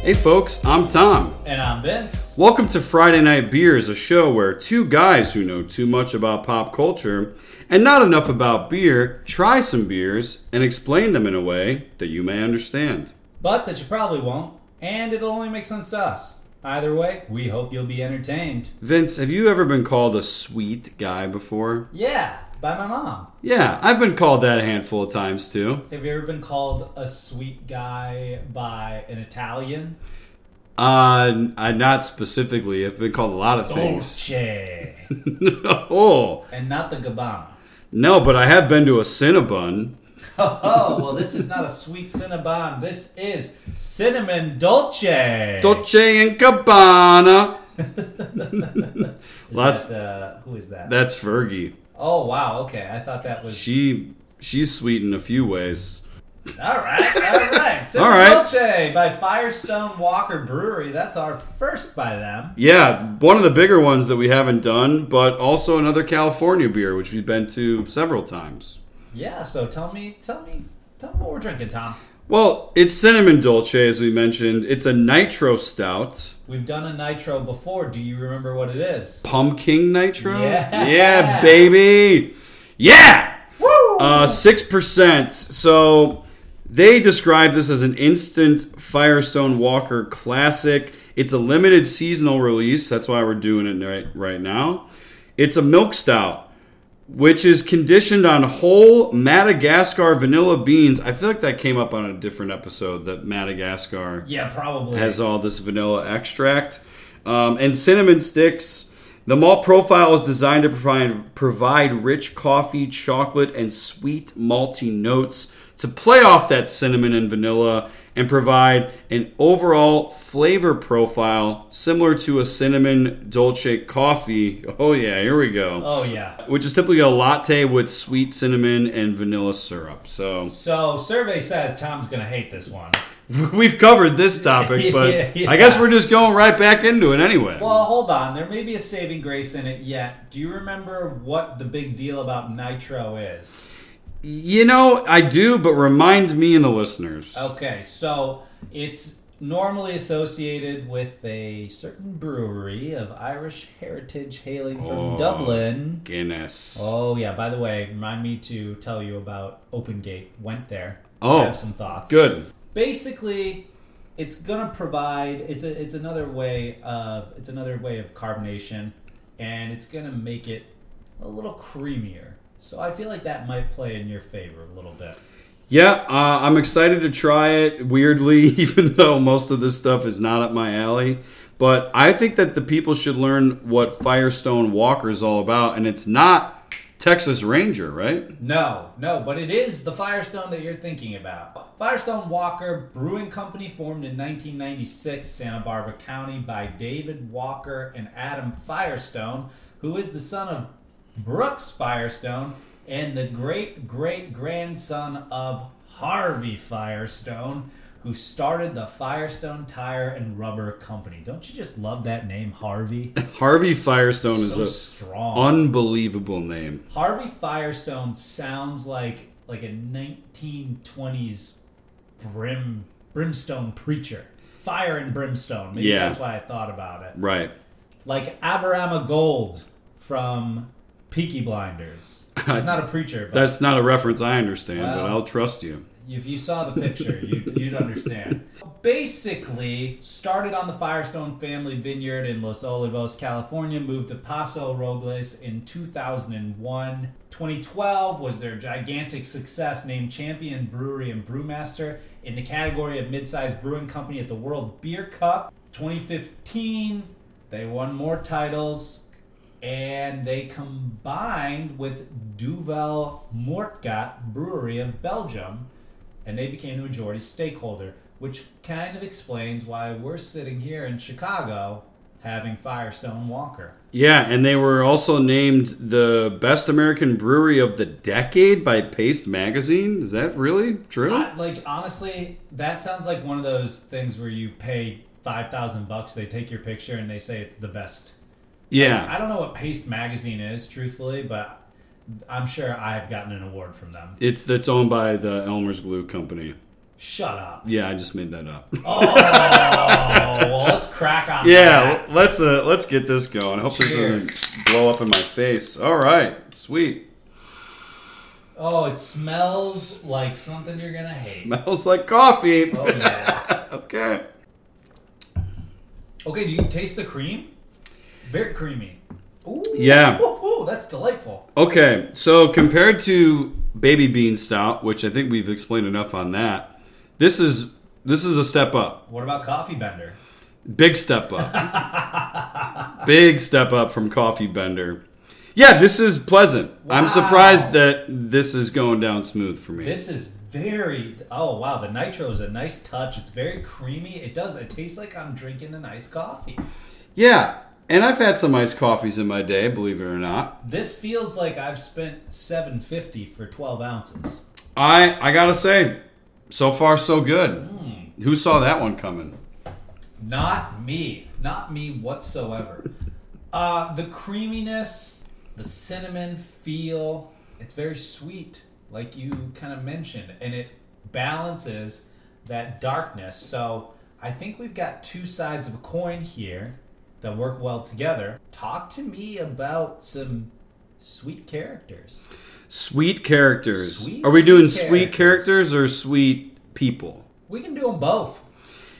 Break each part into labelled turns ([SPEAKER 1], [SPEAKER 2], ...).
[SPEAKER 1] Hey folks, I'm Tom.
[SPEAKER 2] And I'm Vince.
[SPEAKER 1] Welcome to Friday Night Beers, a show where two guys who know too much about pop culture and not enough about beer try some beers and explain them in a way that you may understand.
[SPEAKER 2] But that you probably won't, and it'll only make sense to us. Either way, we hope you'll be entertained.
[SPEAKER 1] Vince, have you ever been called a sweet guy before?
[SPEAKER 2] Yeah, by my mom.
[SPEAKER 1] Yeah, I've been called that a handful of times too.
[SPEAKER 2] Have you ever been called a sweet guy by an Italian?
[SPEAKER 1] Uh, I not specifically. I've been called a lot of things.
[SPEAKER 2] Dolce.
[SPEAKER 1] oh,
[SPEAKER 2] and not the Gabbana.
[SPEAKER 1] no, but I have been to a Cinnabon.
[SPEAKER 2] Oh, well, this is not a sweet Cinnabon. This is Cinnamon Dolce.
[SPEAKER 1] Dolce and Gabbana.
[SPEAKER 2] Is
[SPEAKER 1] Lots-
[SPEAKER 2] that, uh, who is that?
[SPEAKER 1] That's Fergie.
[SPEAKER 2] Oh, wow. Okay. I thought that was.
[SPEAKER 1] She she's sweet in a few ways.
[SPEAKER 2] All right, all right. Cinnamon
[SPEAKER 1] All right.
[SPEAKER 2] Dolce by Firestone Walker Brewery. That's our first by them.
[SPEAKER 1] Yeah, one of the bigger ones that we haven't done, but also another California beer which we've been to several times.
[SPEAKER 2] Yeah. So tell me, tell me, tell me what we're drinking, Tom.
[SPEAKER 1] Well, it's cinnamon dolce as we mentioned. It's a nitro stout,
[SPEAKER 2] We've done a nitro before. Do you remember what it is?
[SPEAKER 1] pumpkin nitro.
[SPEAKER 2] Yeah.
[SPEAKER 1] yeah baby. Yeah.
[SPEAKER 2] Woo!
[SPEAKER 1] Uh, 6%. So they describe this as an instant Firestone Walker classic. It's a limited seasonal release. That's why we're doing it right, right now. It's a milk stout, which is conditioned on whole Madagascar vanilla beans. I feel like that came up on a different episode that Madagascar
[SPEAKER 2] yeah, probably.
[SPEAKER 1] has all this vanilla extract um, and cinnamon sticks. The malt profile is designed to provide, provide rich coffee, chocolate, and sweet malty notes to play off that cinnamon and vanilla and provide an overall flavor profile similar to a cinnamon dolce coffee. Oh, yeah, here we go.
[SPEAKER 2] oh yeah.
[SPEAKER 1] Which is typically a latte with sweet cinnamon and vanilla syrup. So
[SPEAKER 2] So survey says Tom's gonna hate this one.
[SPEAKER 1] we've covered this topic, but
[SPEAKER 2] Yeah, yeah.
[SPEAKER 1] I guess we're just going right back into it anyway.
[SPEAKER 2] Well, hold on. There may be a saving grace in it yet. Do you remember what the big deal about nitro is?
[SPEAKER 1] You know, I do, but remind me and the listeners.
[SPEAKER 2] Okay, so it's normally associated with a certain brewery of Irish heritage hailing from
[SPEAKER 1] Oh.
[SPEAKER 2] Dublin.
[SPEAKER 1] Guinness.
[SPEAKER 2] Oh yeah, by the way, remind me to tell you about Open Gate. Went there.
[SPEAKER 1] Oh,
[SPEAKER 2] I have some thoughts.
[SPEAKER 1] Good.
[SPEAKER 2] Basically, it's gonna provide it's a, it's another way of it's another way of carbonation and it's gonna make it a little creamier. So I feel like that might play in your favor a little bit.
[SPEAKER 1] Yeah, uh, I'm excited to try it. Weirdly, even though most of this stuff is not up my alley, but I think that the people should learn what Firestone Walker is all about, and it's not Texas Ranger, right?
[SPEAKER 2] No, no, but it is the Firestone that you're thinking about. Firestone Walker Brewing Company formed in 1996, Santa Barbara County, by David Walker and Adam Firestone, who is the son of Brooks Firestone and the great great grandson of Harvey Firestone, who started the Firestone Tire and Rubber Company. Don't you just love that name, Harvey?
[SPEAKER 1] Harvey Firestone is
[SPEAKER 2] so
[SPEAKER 1] an
[SPEAKER 2] strong.
[SPEAKER 1] unbelievable name.
[SPEAKER 2] Harvey Firestone sounds like like a 1920s brim brimstone preacher. Fire and brimstone. Maybe
[SPEAKER 1] Yeah.
[SPEAKER 2] that's why I thought about it.
[SPEAKER 1] Right.
[SPEAKER 2] Like Aberama Gold from Peaky Blinders. He's not a preacher, but
[SPEAKER 1] That's not a reference I understand, but
[SPEAKER 2] Well.
[SPEAKER 1] I'll trust you.
[SPEAKER 2] if you saw the picture, you'd, you'd understand. Basically, started on the Firestone family vineyard in Los Olivos, California, moved to Paso Robles in 2001. 2012 was their gigantic success, named champion brewery and brewmaster in the category of mid-sized brewing company at the World Beer Cup. 2015, they won more titles and they combined with Duvel Mortgat Brewery of Belgium, and they became the majority stakeholder, which kind of explains why we're sitting here in Chicago having Firestone Walker.
[SPEAKER 1] Yeah, and they were also named the best American brewery of the decade by Paste Magazine. Is that really true?
[SPEAKER 2] I- like honestly, that sounds like one of those things where you pay five thousand bucks, they take your picture, and they say it's the best.
[SPEAKER 1] yeah.
[SPEAKER 2] I don't know what Paste Magazine is, truthfully, but I'm sure I've gotten an award from them.
[SPEAKER 1] It's that's owned by the Elmer's Glue Company.
[SPEAKER 2] Shut up.
[SPEAKER 1] Yeah, I just made that up.
[SPEAKER 2] Oh, well, let's crack on.
[SPEAKER 1] yeah,
[SPEAKER 2] that.
[SPEAKER 1] let's uh, let's get this going. I hope this
[SPEAKER 2] Cheers.
[SPEAKER 1] doesn't blow up in my face. All right, sweet.
[SPEAKER 2] Oh, it smells like something you're gonna hate.
[SPEAKER 1] Smells like coffee.
[SPEAKER 2] Oh yeah.
[SPEAKER 1] okay.
[SPEAKER 2] Okay, do you taste the cream? Very creamy. Ooh.
[SPEAKER 1] Yeah.
[SPEAKER 2] Woo-hoo, that's delightful.
[SPEAKER 1] Okay, so compared to Baby Bean Stout, which I think we've explained enough on that, this is this is a step up,
[SPEAKER 2] What about Coffee Bender?
[SPEAKER 1] big step up, big step up from Coffee Bender. Yeah, this is pleasant. I'm
[SPEAKER 2] Wow.
[SPEAKER 1] surprised that this is going down smooth for me.
[SPEAKER 2] This is very. Oh wow, the nitro is a nice touch. It's very creamy. It does. It tastes like I'm drinking an iced coffee.
[SPEAKER 1] yeah, and I've had some iced coffees in my day, believe it or not.
[SPEAKER 2] This feels like I've spent seven fifty for twelve ounces.
[SPEAKER 1] I I gotta say, so far so good.
[SPEAKER 2] Hmm.
[SPEAKER 1] Who saw that one coming?
[SPEAKER 2] Not me. Not me whatsoever. uh, the creaminess, the cinnamon feel, it's very sweet, like you kind of mentioned, and it balances that darkness. So I think we've got two sides of a coin here that work well together. Talk to me about some sweet characters.
[SPEAKER 1] Sweet characters.
[SPEAKER 2] Sweet,
[SPEAKER 1] Are we
[SPEAKER 2] sweet
[SPEAKER 1] doing sweet
[SPEAKER 2] characters.
[SPEAKER 1] characters or sweet people?
[SPEAKER 2] We can do them both.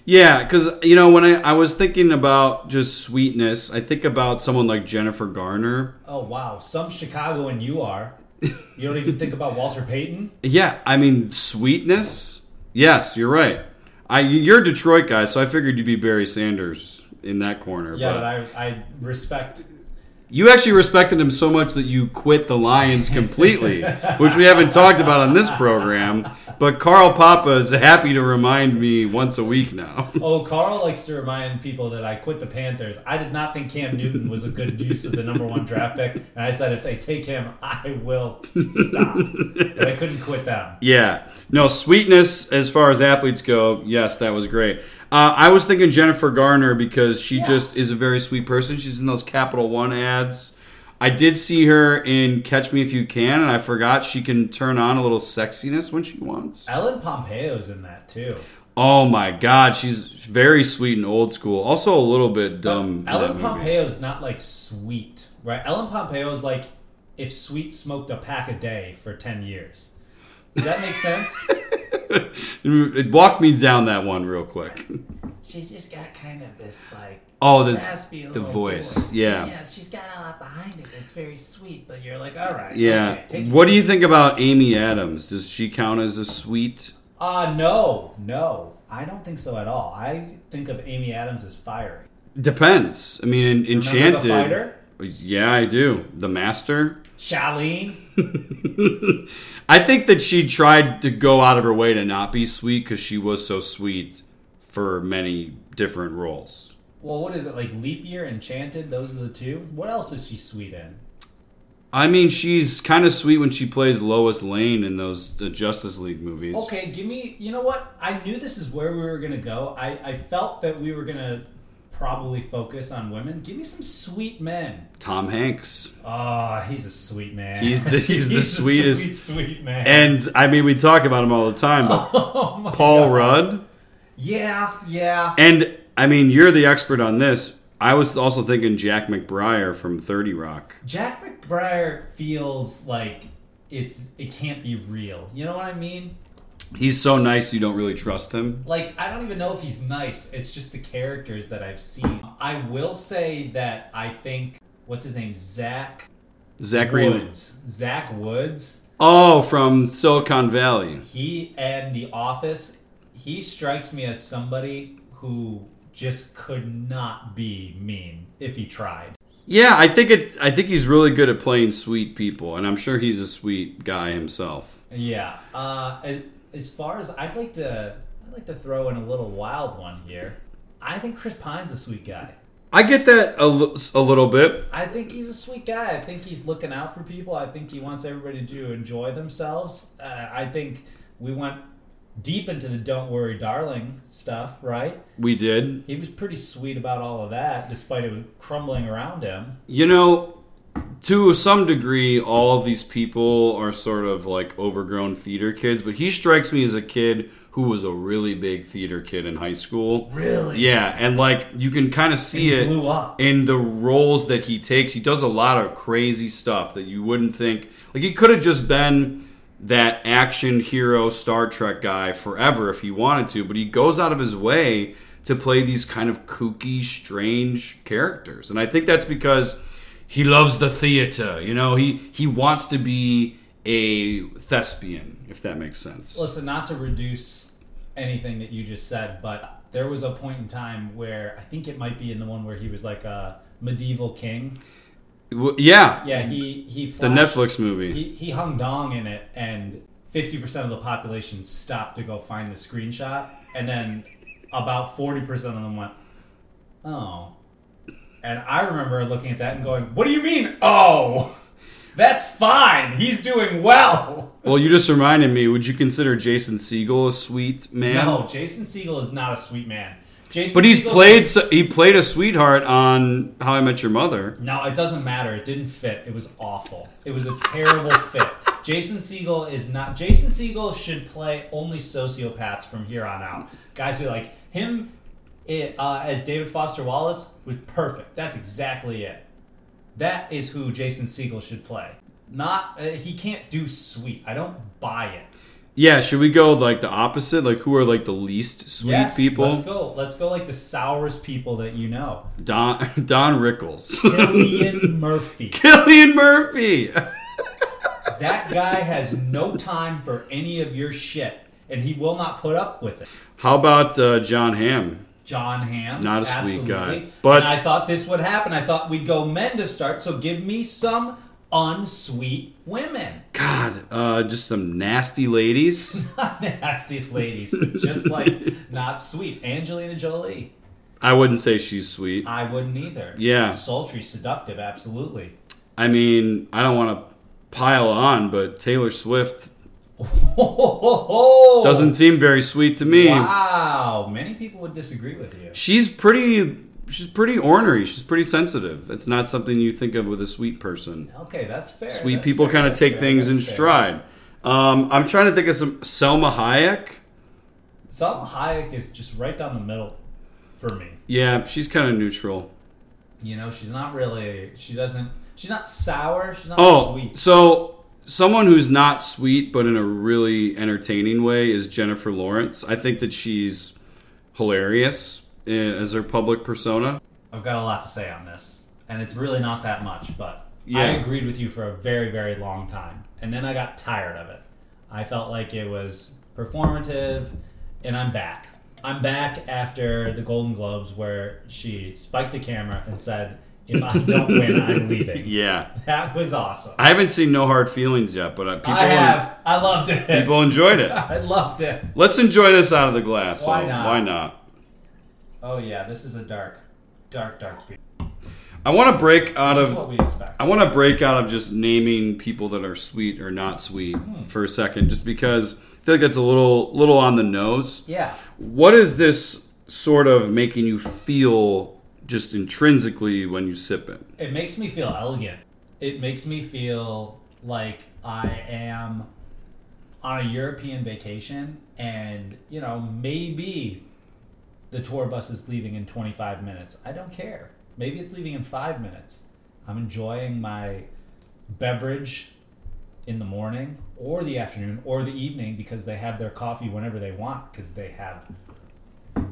[SPEAKER 1] Yeah, because you know when I, I was thinking about just sweetness, I think about someone like Jennifer Garner.
[SPEAKER 2] Oh wow, some Chicagoan you are. You don't even think about Walter Payton.
[SPEAKER 1] Yeah, I mean sweetness. Yes, you're right. I you're a Detroit guy, so I figured you'd be Barry Sanders in that corner. but
[SPEAKER 2] Yeah, but I, I respect
[SPEAKER 1] you actually respected him so much that you quit the Lions completely, which we haven't talked about on this program. But Carl Papa is happy to remind me once a week now.
[SPEAKER 2] Oh, Carl likes to remind people that I quit the Panthers. I did not think Cam Newton was a good use of the number one draft pick, and I said if they take him, I will stop. but I couldn't quit them.
[SPEAKER 1] Yeah. No, sweetness as far as athletes go, yes, that was great. Uh, I was thinking Jennifer Garner because she
[SPEAKER 2] Yeah.
[SPEAKER 1] just is a very sweet person. She's in those Capital One ads. I did see her in Catch Me If You Can, and I forgot she can turn on a little sexiness when she wants.
[SPEAKER 2] Ellen Pompeo's in that too.
[SPEAKER 1] Oh my God, she's very sweet and old school. Also, a little bit dumb. in that
[SPEAKER 2] Ellen
[SPEAKER 1] movie.
[SPEAKER 2] Pompeo's not like sweet, right? Ellen Pompeo's like if Sweet smoked a pack a day for ten years. Does that make sense?
[SPEAKER 1] Mm, Walk me down that one real quick.
[SPEAKER 2] She's just got kind of this like
[SPEAKER 1] Oh, this,
[SPEAKER 2] raspy
[SPEAKER 1] the
[SPEAKER 2] little
[SPEAKER 1] voice. Yeah.
[SPEAKER 2] yeah, she's got a lot behind it. It's very sweet, but you're like, all right, okay,
[SPEAKER 1] Yeah.
[SPEAKER 2] take it
[SPEAKER 1] What do you think about Amy Adams? Does she count as a sweet?
[SPEAKER 2] Uh, no, no. I don't think so at all. I think of Amy Adams as fiery.
[SPEAKER 1] Depends. I mean, en-
[SPEAKER 2] Remember
[SPEAKER 1] Enchanted.
[SPEAKER 2] the fighter?
[SPEAKER 1] Yeah, I do. The Master.
[SPEAKER 2] Charlene?
[SPEAKER 1] I think that she tried to go out of her way to not be sweet because she was so sweet for many different roles.
[SPEAKER 2] Well, what is it, like Leap Year, Enchanted? Those are the two? What else is she sweet in?
[SPEAKER 1] I mean, she's kind of sweet when she plays Lois Lane in those uh, Justice League movies.
[SPEAKER 2] Okay, give me. You know what? I knew this is where we were going to go. I, I felt that we were going to probably focus on women. Give me some sweet men.
[SPEAKER 1] Tom Hanks.
[SPEAKER 2] Oh, he's a sweet man.
[SPEAKER 1] He's the- he's the
[SPEAKER 2] a
[SPEAKER 1] sweetest-
[SPEAKER 2] Sweet, sweet man.
[SPEAKER 1] And I mean, we talk about him all the time, but
[SPEAKER 2] oh my
[SPEAKER 1] Paul
[SPEAKER 2] God.
[SPEAKER 1] Rudd.
[SPEAKER 2] Yeah, yeah.
[SPEAKER 1] And I mean, you're the expert on this. I was also thinking Jack McBriar from 30 Rock.
[SPEAKER 2] Jack McBrayer feels like it's it can't be real. You know what I mean?
[SPEAKER 1] He's so nice, you don't really trust him.
[SPEAKER 2] Like I don't even know if he's nice. It's just the characters that I've seen. I will say that I think what's his name Zach
[SPEAKER 1] Zachary.
[SPEAKER 2] Woods. Zach Woods.
[SPEAKER 1] Oh, from Silicon Valley.
[SPEAKER 2] He and The Office. He strikes me as somebody who just could not be mean if he tried.
[SPEAKER 1] Yeah, I think it. I think he's really good at playing sweet people, and I'm sure he's a sweet guy himself.
[SPEAKER 2] Yeah. Uh, as, as far as I'd like to, I'd like to throw in a little wild one here. I think Chris Pine's a sweet guy.
[SPEAKER 1] I get that a, l- a little bit.
[SPEAKER 2] I think he's a sweet guy. I think he's looking out for people. I think he wants everybody to enjoy themselves. Uh, I think we went deep into the "Don't Worry, Darling" stuff, right?
[SPEAKER 1] We did.
[SPEAKER 2] He was pretty sweet about all of that, despite it crumbling around him.
[SPEAKER 1] You know, to some degree, all of these people are sort of like overgrown theater kids, but he strikes me as a kid who was a really big theater kid in high school.
[SPEAKER 2] Really?
[SPEAKER 1] Yeah, uh, and like you can kind of see
[SPEAKER 2] He
[SPEAKER 1] it
[SPEAKER 2] blew up.
[SPEAKER 1] in the roles that he takes. He does a lot of crazy stuff that you wouldn't think. Like he could have just been that action hero Star Trek guy forever if he wanted to, but he goes out of his way to play these kind of kooky, strange characters. And I think that's because he loves the theater, you know, he he wants to be a thespian, if that makes sense.
[SPEAKER 2] Listen, not to reduce anything that you just said, but there was a point in time where I think it might be in the one where he was like a medieval king.
[SPEAKER 1] W- yeah,
[SPEAKER 2] Yeah, he he flashed,
[SPEAKER 1] the Netflix movie.
[SPEAKER 2] he he hung dong in it, and fifty percent of the population stopped to go find the screenshot, and then about forty percent of them went, "Oh." And I remember looking at that and going, "What do you mean? Oh, that's fine. He's doing well."
[SPEAKER 1] Well, you just reminded me. Would you consider Jason Siegel a sweet man?
[SPEAKER 2] No, Jason Siegel is not a sweet man. Jason,
[SPEAKER 1] But he's
[SPEAKER 2] Segel
[SPEAKER 1] played.
[SPEAKER 2] is-
[SPEAKER 1] so- He played a sweetheart on How I Met Your Mother.
[SPEAKER 2] No, it doesn't matter. It didn't fit. It was awful. It was a terrible fit. Jason Siegel is not. Jason Siegel should play only sociopaths from here on out. Guys who like him it, uh, as David Foster Wallace was perfect. That's exactly it. That is who Jason Siegel should play. Not uh, he can't do sweet. I don't buy it.
[SPEAKER 1] Yeah, should we go like the opposite? Like who are like the least sweet
[SPEAKER 2] Yes,
[SPEAKER 1] people?
[SPEAKER 2] Let's go. Let's go like the sourest people that you know.
[SPEAKER 1] Don Don Rickles,
[SPEAKER 2] Killian Murphy.
[SPEAKER 1] Killian Murphy.
[SPEAKER 2] That guy has no time for any of your shit, and he will not put up with it.
[SPEAKER 1] How about uh, John Hamm?
[SPEAKER 2] John Hamm,
[SPEAKER 1] Not a sweet guy,
[SPEAKER 2] absolutely.
[SPEAKER 1] but-
[SPEAKER 2] and I thought this would happen. I thought we'd go men to start. So give me some unsweet women,
[SPEAKER 1] God, uh, just some nasty ladies.
[SPEAKER 2] nasty ladies, but just like not sweet. Angelina Jolie,
[SPEAKER 1] I wouldn't say she's sweet.
[SPEAKER 2] I wouldn't either.
[SPEAKER 1] Yeah.
[SPEAKER 2] sultry, seductive, absolutely.
[SPEAKER 1] I mean, I don't want to pile on, but Taylor Swift doesn't seem very sweet to me.
[SPEAKER 2] Oh. Wow, many people would disagree with you.
[SPEAKER 1] She's pretty. She's pretty ornery. She's pretty sensitive. That's not something you think of with a sweet person.
[SPEAKER 2] Okay, that's fair.
[SPEAKER 1] Sweet
[SPEAKER 2] that's
[SPEAKER 1] people
[SPEAKER 2] fair,
[SPEAKER 1] kind of
[SPEAKER 2] that's
[SPEAKER 1] take
[SPEAKER 2] fair,
[SPEAKER 1] things in
[SPEAKER 2] that's fair.
[SPEAKER 1] stride. Um, I'm trying to think of some Selma Hayek.
[SPEAKER 2] Salma Hayek is just right down the middle for me.
[SPEAKER 1] Yeah, she's kind of neutral.
[SPEAKER 2] You know, she's not really. She doesn't. She's not sour. She's not
[SPEAKER 1] Oh,
[SPEAKER 2] sweet.
[SPEAKER 1] so someone who's not sweet but in a really entertaining way is Jennifer Lawrence. I think that she's hilarious eh, as her public persona.
[SPEAKER 2] I've got a lot to say on this, and it's really not that much. But I
[SPEAKER 1] Yeah.
[SPEAKER 2] agreed with you for a very, very long time, and then I got tired of it. I felt like it was performative, and I'm back. I'm back after the Golden Globes, where she spiked the camera and said, "If I don't win, I'm leaving."
[SPEAKER 1] Yeah,
[SPEAKER 2] That was awesome.
[SPEAKER 1] I haven't seen No Hard Feelings yet, but uh, people
[SPEAKER 2] I have. I loved it.
[SPEAKER 1] people enjoyed it.
[SPEAKER 2] I loved it.
[SPEAKER 1] Let's enjoy this out of the glass.
[SPEAKER 2] Why
[SPEAKER 1] though.
[SPEAKER 2] not?
[SPEAKER 1] Why not?
[SPEAKER 2] Oh yeah, this is a dark, dark, dark beer.
[SPEAKER 1] I want to break out
[SPEAKER 2] This is
[SPEAKER 1] of.
[SPEAKER 2] what we expect.
[SPEAKER 1] I want to break out of just naming people that are sweet or not sweet
[SPEAKER 2] Hmm.
[SPEAKER 1] for a second, just because I feel like that's a little little on the nose.
[SPEAKER 2] Yeah.
[SPEAKER 1] What is this sort of making you feel just intrinsically when you sip it?
[SPEAKER 2] It makes me feel elegant. It makes me feel like I am on a European vacation and, you know, maybe the tour bus is leaving in 25 minutes. I don't care. Maybe it's leaving in 5 minutes. I'm enjoying my beverage in the morning or the afternoon or the evening because they have their coffee whenever they want because they have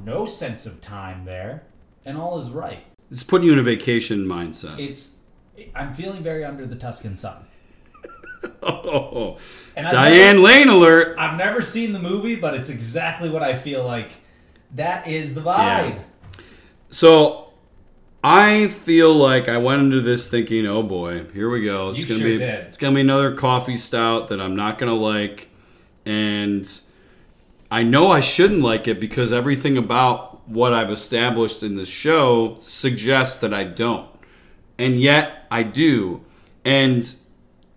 [SPEAKER 2] no sense of time there and all is right.
[SPEAKER 1] It's putting you in a vacation mindset.
[SPEAKER 2] It's I'm feeling very under the Tuscan sun.
[SPEAKER 1] oh,
[SPEAKER 2] And I've
[SPEAKER 1] Diane
[SPEAKER 2] Never,
[SPEAKER 1] Lane alert!
[SPEAKER 2] I've never seen the movie, but it's exactly what I feel like. That is the vibe.
[SPEAKER 1] Yeah. So. I feel like I went into this thinking, "Oh boy, here we go. It's
[SPEAKER 2] You
[SPEAKER 1] gonna
[SPEAKER 2] sure
[SPEAKER 1] be
[SPEAKER 2] did.
[SPEAKER 1] it's gonna be another coffee stout that I'm not gonna like." And I know I shouldn't like it because everything about what I've established in this show suggests that I don't. And yet I do. And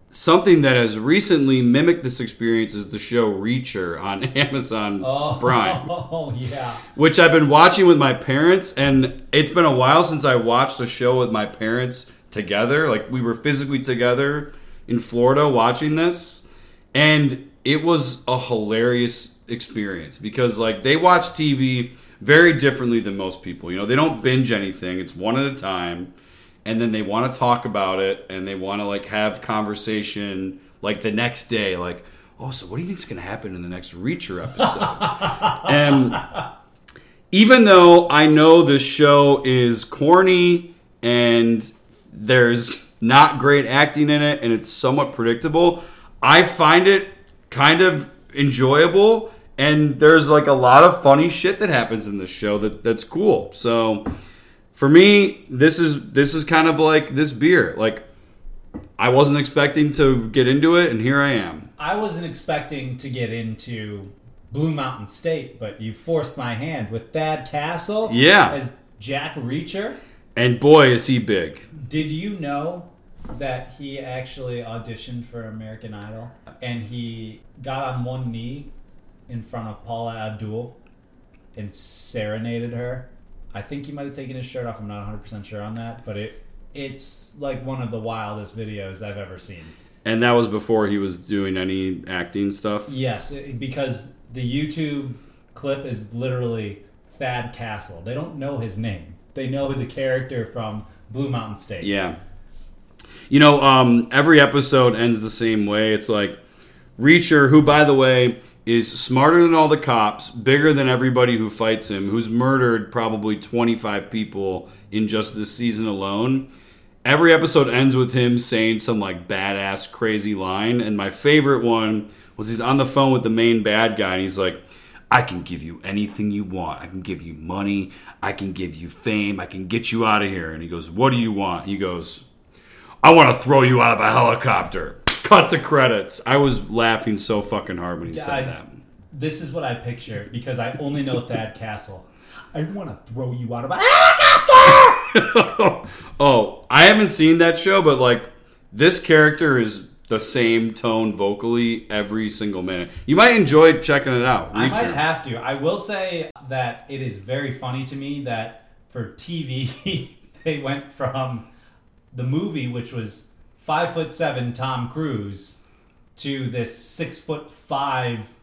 [SPEAKER 1] something that has recently mimicked this experience is the show Reacher on Amazon
[SPEAKER 2] Oh,
[SPEAKER 1] Prime
[SPEAKER 2] Oh yeah.
[SPEAKER 1] which I've been watching with my parents, and it's been a while since I watched a show with my parents together. Like we were physically together in Florida watching this, and it was a hilarious experience because like they watch TV very differently than most people. You know, they don't binge anything. It's one at a time and then they want to talk about it and they want to like have conversation like the next day like, "Oh, so what do you think's going to happen in the next Reacher episode?" and even though I know this show is corny and there's not great acting in it and it's somewhat predictable, I find it kind of enjoyable and there's like a lot of funny shit that happens in this show that that's cool. So for me, this is this is kind of like this beer. Like I wasn't expecting to get into it and here I am.
[SPEAKER 2] I wasn't expecting to get into Blue Mountain State, but you forced my hand with Thad Castle
[SPEAKER 1] Yeah.
[SPEAKER 2] as Jack Reacher.
[SPEAKER 1] And boy is he big.
[SPEAKER 2] Did you know that he actually auditioned for American Idol and he got on one knee in front of Paula Abdul and serenaded her? I think he might have taken his shirt off. I'm not 100% sure on that, but it it's like one of the wildest videos I've ever seen.
[SPEAKER 1] And that was before he was doing any acting stuff.
[SPEAKER 2] Yes, it- because the YouTube clip is literally Thad Castle. They don't know his name. They know the character from Blue Mountain State.
[SPEAKER 1] Yeah. You know, um, every episode ends the same way. It's like Reacher, who, by the way, is smarter than all the cops, bigger than everybody who fights him, who's murdered probably 25 people in just this season alone. Every episode ends with him saying some like badass, crazy line. And my favorite one was he's on the phone with the main bad guy and he's like, I can give you anything you want. I can give you money. I can give you fame. I can get you out of here. And he goes, What do you want? He goes, I want to throw you out of a helicopter. Cut the credits. I was laughing so fucking hard when he
[SPEAKER 2] I-
[SPEAKER 1] said that.
[SPEAKER 2] This is what I picture because I only know Thad Castle. Ah! I want to throw you out of a helicopter!
[SPEAKER 1] Oh, I haven't seen that show, but like this character is the same tone vocally every single minute. You might enjoy checking it out.
[SPEAKER 2] I
[SPEAKER 1] Reacher.
[SPEAKER 2] might have to. I will say that it is very funny to me that for TV, they went from the movie, which was five foot seven Tom Cruise, to this six foot five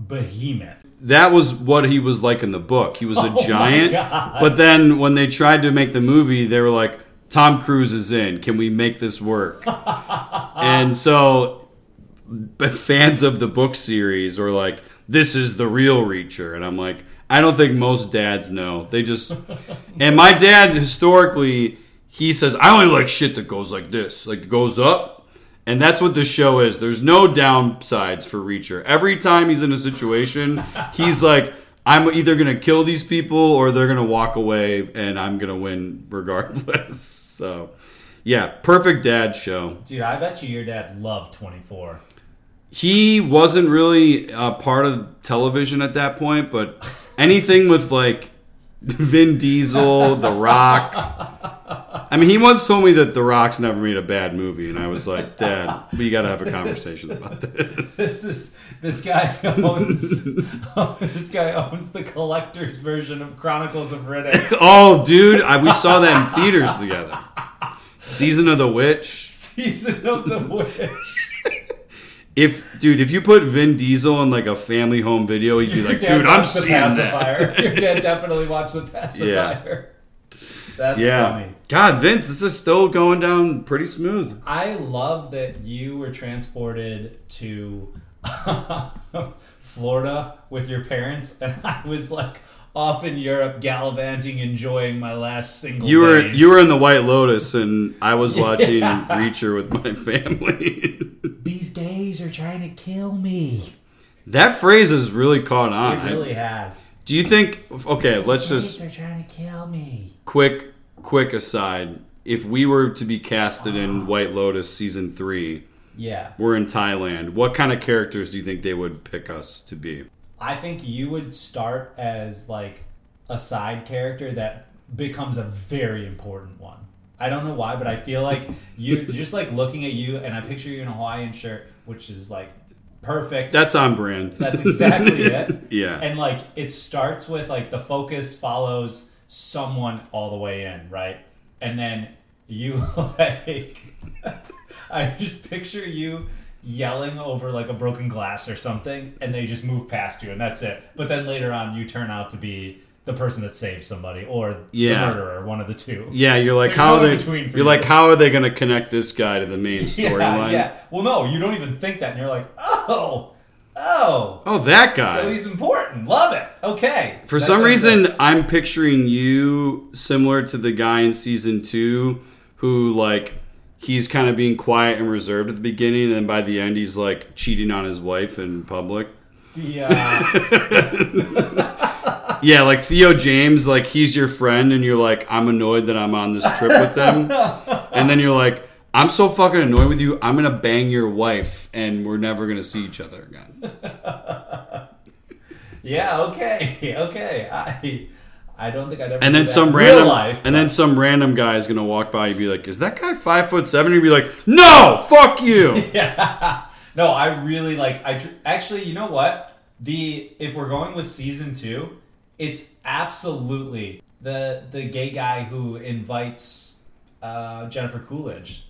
[SPEAKER 2] behemoth.
[SPEAKER 1] that was what he was like in the book. He was a
[SPEAKER 2] Oh my
[SPEAKER 1] giant.
[SPEAKER 2] God.
[SPEAKER 1] But then when they tried to make the movie, they were like, Tom Cruise is in. Can we make this work? and so b- fans of the book series were like, this is the real Reacher. And I'm like, I don't think most dads know. They just. and my dad, historically, he says, I only like shit that goes like this, like goes up. And that's what this show is. There's no downsides for Reacher. Every time he's in a situation, he's like, I'm either going to kill these people or they're going to walk away and I'm going to win regardless. So, yeah, perfect dad show.
[SPEAKER 2] Dude, I bet you your dad loved 24.
[SPEAKER 1] He wasn't really a part of television at that point, but anything with like Vin Diesel, The Rock. I mean, he once told me that The Rock's never made a bad movie, and I was like, Dad, we got to have a conversation about this.
[SPEAKER 2] This is this guy owns this guy owns the collector's version of Chronicles of Riddick.
[SPEAKER 1] Oh, dude, I, we saw that in theaters together. Season of the Witch.
[SPEAKER 2] Season of the Witch.
[SPEAKER 1] If dude, if you put Vin Diesel in like a family home video, he'd be like,
[SPEAKER 2] Your dad
[SPEAKER 1] "Dude, I'm
[SPEAKER 2] watched the
[SPEAKER 1] seeing that."
[SPEAKER 2] pacifier. Your dad definitely watched the pacifier. That's
[SPEAKER 1] Yeah,
[SPEAKER 2] funny.
[SPEAKER 1] God, Vince, this is still going down pretty smooth.
[SPEAKER 2] I love that you were transported to um, Florida with your parents, and I was like off in Europe gallivanting, enjoying my last single.
[SPEAKER 1] You were
[SPEAKER 2] days.
[SPEAKER 1] you were in the White Lotus, and I was watching Reacher with my family.
[SPEAKER 2] These days are trying to kill me.
[SPEAKER 1] that phrase has really caught on.
[SPEAKER 2] It really has.
[SPEAKER 1] Do you think? Okay, let's just
[SPEAKER 2] They're trying to kill me.
[SPEAKER 1] quick quick aside. If we were to be casted in White Lotus season three,
[SPEAKER 2] Yeah.
[SPEAKER 1] we're in Thailand. What kind of characters do you think they would pick us to be?
[SPEAKER 2] I think you would start as like a side character that becomes a very important one. I don't know why, but I feel like you just like looking at you and I picture you in a Hawaiian shirt, which is like perfect.
[SPEAKER 1] That's on brand.
[SPEAKER 2] That's exactly it.
[SPEAKER 1] Yeah.
[SPEAKER 2] And like it starts with like the focus follows someone all the way in, right? And then you like I just picture you yelling over like a broken glass or something, and they just move past you, and that's it. But then later on, you turn out to be the person that saved somebody or
[SPEAKER 1] Yeah.
[SPEAKER 2] the murderer, one of the two.
[SPEAKER 1] Yeah, you're like
[SPEAKER 2] There's
[SPEAKER 1] how
[SPEAKER 2] no
[SPEAKER 1] are they
[SPEAKER 2] in-between
[SPEAKER 1] you're
[SPEAKER 2] for you.
[SPEAKER 1] like how are they going to connect this guy to the main storyline?
[SPEAKER 2] yeah. Well, no, you don't even think that, and you're like, oh, oh.
[SPEAKER 1] Oh, that guy.
[SPEAKER 2] So he's important. Love it. Okay.
[SPEAKER 1] For
[SPEAKER 2] That's
[SPEAKER 1] some
[SPEAKER 2] it.
[SPEAKER 1] reason, I'm picturing you similar to the guy in season two who, like, he's kind of being quiet and reserved at the beginning, and by the end, he's like cheating on his wife in public.
[SPEAKER 2] the, uh,
[SPEAKER 1] Yeah, like Theo James, like, he's your friend, and you're like, I'm annoyed that I'm on this trip with them. and then you're like, I'm so fucking annoyed with you, I'm gonna bang your wife, and we're never gonna see each other again.
[SPEAKER 2] yeah. Okay. Okay. I. I don't think I'd ever.
[SPEAKER 1] And
[SPEAKER 2] do
[SPEAKER 1] then
[SPEAKER 2] that
[SPEAKER 1] some
[SPEAKER 2] in
[SPEAKER 1] random,
[SPEAKER 2] real life.
[SPEAKER 1] and then some random guy is gonna walk by and be like, "Is that guy five foot seven? You'd be like, "No, fuck you."
[SPEAKER 2] Yeah. No, I really like. I tr- actually, you know what? The if we're going with season two, it's absolutely the the gay guy who invites uh, Jennifer Coolidge.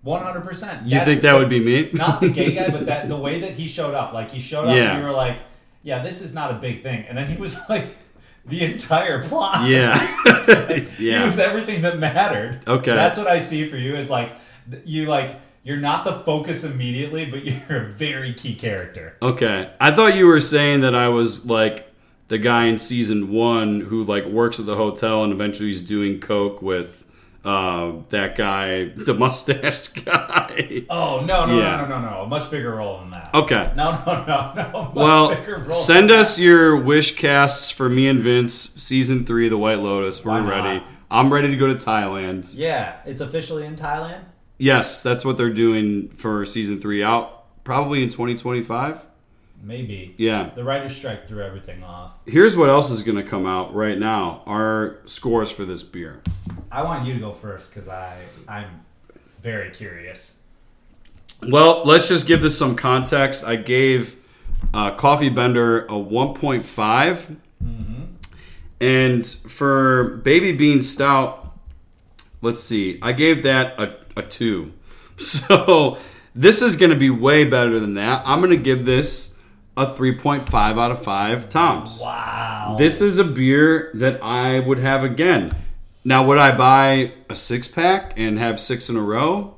[SPEAKER 2] One hundred percent.
[SPEAKER 1] You think that would be me?
[SPEAKER 2] not the gay guy, but that the way that he showed up? Like he showed up,
[SPEAKER 1] Yeah.
[SPEAKER 2] and we were like, "Yeah, this is not a big thing," and then he was like the entire plot.
[SPEAKER 1] Yeah.
[SPEAKER 2] He
[SPEAKER 1] yeah.
[SPEAKER 2] was everything that mattered.
[SPEAKER 1] Okay.
[SPEAKER 2] That's what I see for you is like th- you like you're not the focus immediately, but you're a very key character.
[SPEAKER 1] Okay. I thought you were saying that I was like the guy in season one who like works at the hotel and eventually he's doing coke with uh, that guy, the mustached guy.
[SPEAKER 2] Oh no no
[SPEAKER 1] Yeah.
[SPEAKER 2] no no no no! A much bigger role than that.
[SPEAKER 1] Okay.
[SPEAKER 2] No no no no. Much bigger
[SPEAKER 1] Well,
[SPEAKER 2] role.
[SPEAKER 1] send us your wish casts for me and Vince, season three, of The White Lotus. We're
[SPEAKER 2] Why not?
[SPEAKER 1] ready. I'm ready to go to Thailand.
[SPEAKER 2] Yeah, it's officially in Thailand.
[SPEAKER 1] Yes, that's what they're doing for season three out probably in 2025.
[SPEAKER 2] Maybe.
[SPEAKER 1] Yeah.
[SPEAKER 2] The writer's strike threw everything off.
[SPEAKER 1] Here's what else is going to come out right now our scores for this beer.
[SPEAKER 2] I want you to go first because I I'm very curious.
[SPEAKER 1] Well, let's just give this some context. I gave uh, Coffee Bender a 1.5. And for Baby Bean Stout, let's see, I gave that a, a 2. So this is going to be way better than that. I'm going to give this a 3.5 out of 5 toms.
[SPEAKER 2] Wow.
[SPEAKER 1] This is a beer that I would have again. Now, would I buy a six pack and have six in a row?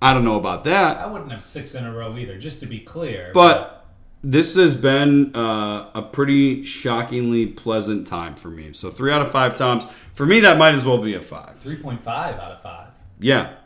[SPEAKER 1] I don't know about that.
[SPEAKER 2] I wouldn't have six in a row either. Just to be clear.
[SPEAKER 1] But this has been uh, a pretty shockingly pleasant time for me. So, three out of five times. For me, that might as well be a five.
[SPEAKER 2] three point five out of five.
[SPEAKER 1] Yeah.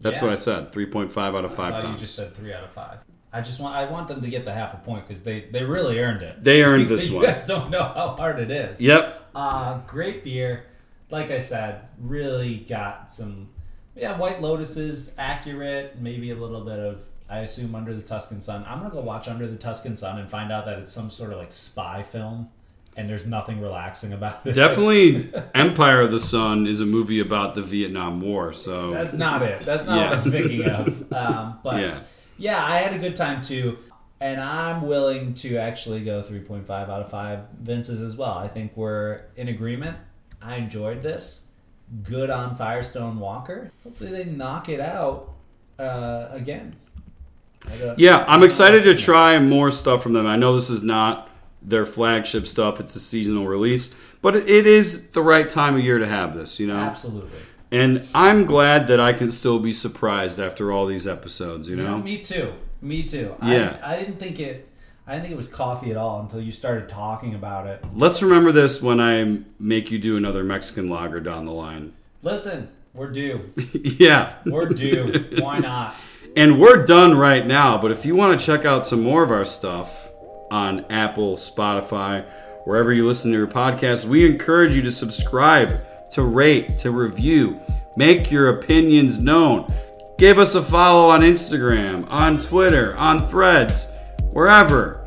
[SPEAKER 1] That's
[SPEAKER 2] Yeah.
[SPEAKER 1] what I said. 3.5 out of five
[SPEAKER 2] Oh, you
[SPEAKER 1] times.
[SPEAKER 2] just said three out of five. I just want I want them to get the half a point because they they really earned it.
[SPEAKER 1] They earned this
[SPEAKER 2] you
[SPEAKER 1] one.
[SPEAKER 2] guys don't know how hard it is.
[SPEAKER 1] Yep.
[SPEAKER 2] Uh, great beer. Like I said, really got some. Yeah, White Lotus is accurate. Maybe a little bit of I assume Under the Tuscan Sun. I'm gonna go watch Under the Tuscan Sun and find out that it's some sort of like spy film, and there's nothing relaxing about it.
[SPEAKER 1] Definitely Empire of the Sun is a movie about the Vietnam War. So,
[SPEAKER 2] That's not it. That's not
[SPEAKER 1] Yeah.
[SPEAKER 2] what I'm thinking of. Um, but
[SPEAKER 1] Yeah.
[SPEAKER 2] yeah. I had a good time too, and I'm willing to actually go 3.5 out of five Vince's as well. I think we're in agreement. I enjoyed this. Good on Firestone Walker. Hopefully they knock it out uh, again. I don't-
[SPEAKER 1] Yeah, I'm excited to try more stuff from them. I know this is not their flagship stuff; it's a seasonal release, but it is the right time of year to have this, you know.
[SPEAKER 2] Absolutely.
[SPEAKER 1] And I'm glad that I can still be surprised after all these episodes, you know.
[SPEAKER 2] Me too. Me too.
[SPEAKER 1] Yeah.
[SPEAKER 2] I, I didn't think it. I didn't think it was coffee at all until you started talking about it.
[SPEAKER 1] Let's remember this when I make you do another Mexican lager down the line.
[SPEAKER 2] Listen, we're due.
[SPEAKER 1] yeah.
[SPEAKER 2] We're due. Why not?
[SPEAKER 1] And we're done right now, but if you want to check out some more of our stuff on Apple, Spotify, wherever you listen to your podcast, we encourage you to subscribe, to rate, to review, make your opinions known. Give us a follow on Instagram, on Twitter, on Threads, wherever.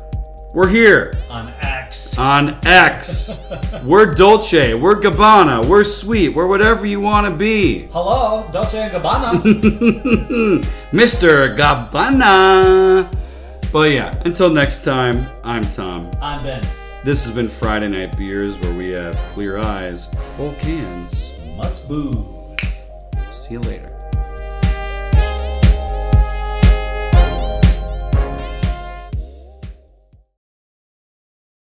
[SPEAKER 1] We're here
[SPEAKER 2] on X.
[SPEAKER 1] on X. We're Dolce, we're Gabbana, we're Sweet, we're whatever you want to be.
[SPEAKER 2] Hello, Dolce and Gabbana.
[SPEAKER 1] Mr. Gabbana. But yeah, until next time, I'm Tom.
[SPEAKER 2] I'm Vince.
[SPEAKER 1] This has been Friday Night Beers, where we have clear eyes, full cans.
[SPEAKER 2] Must boo.
[SPEAKER 1] See you later.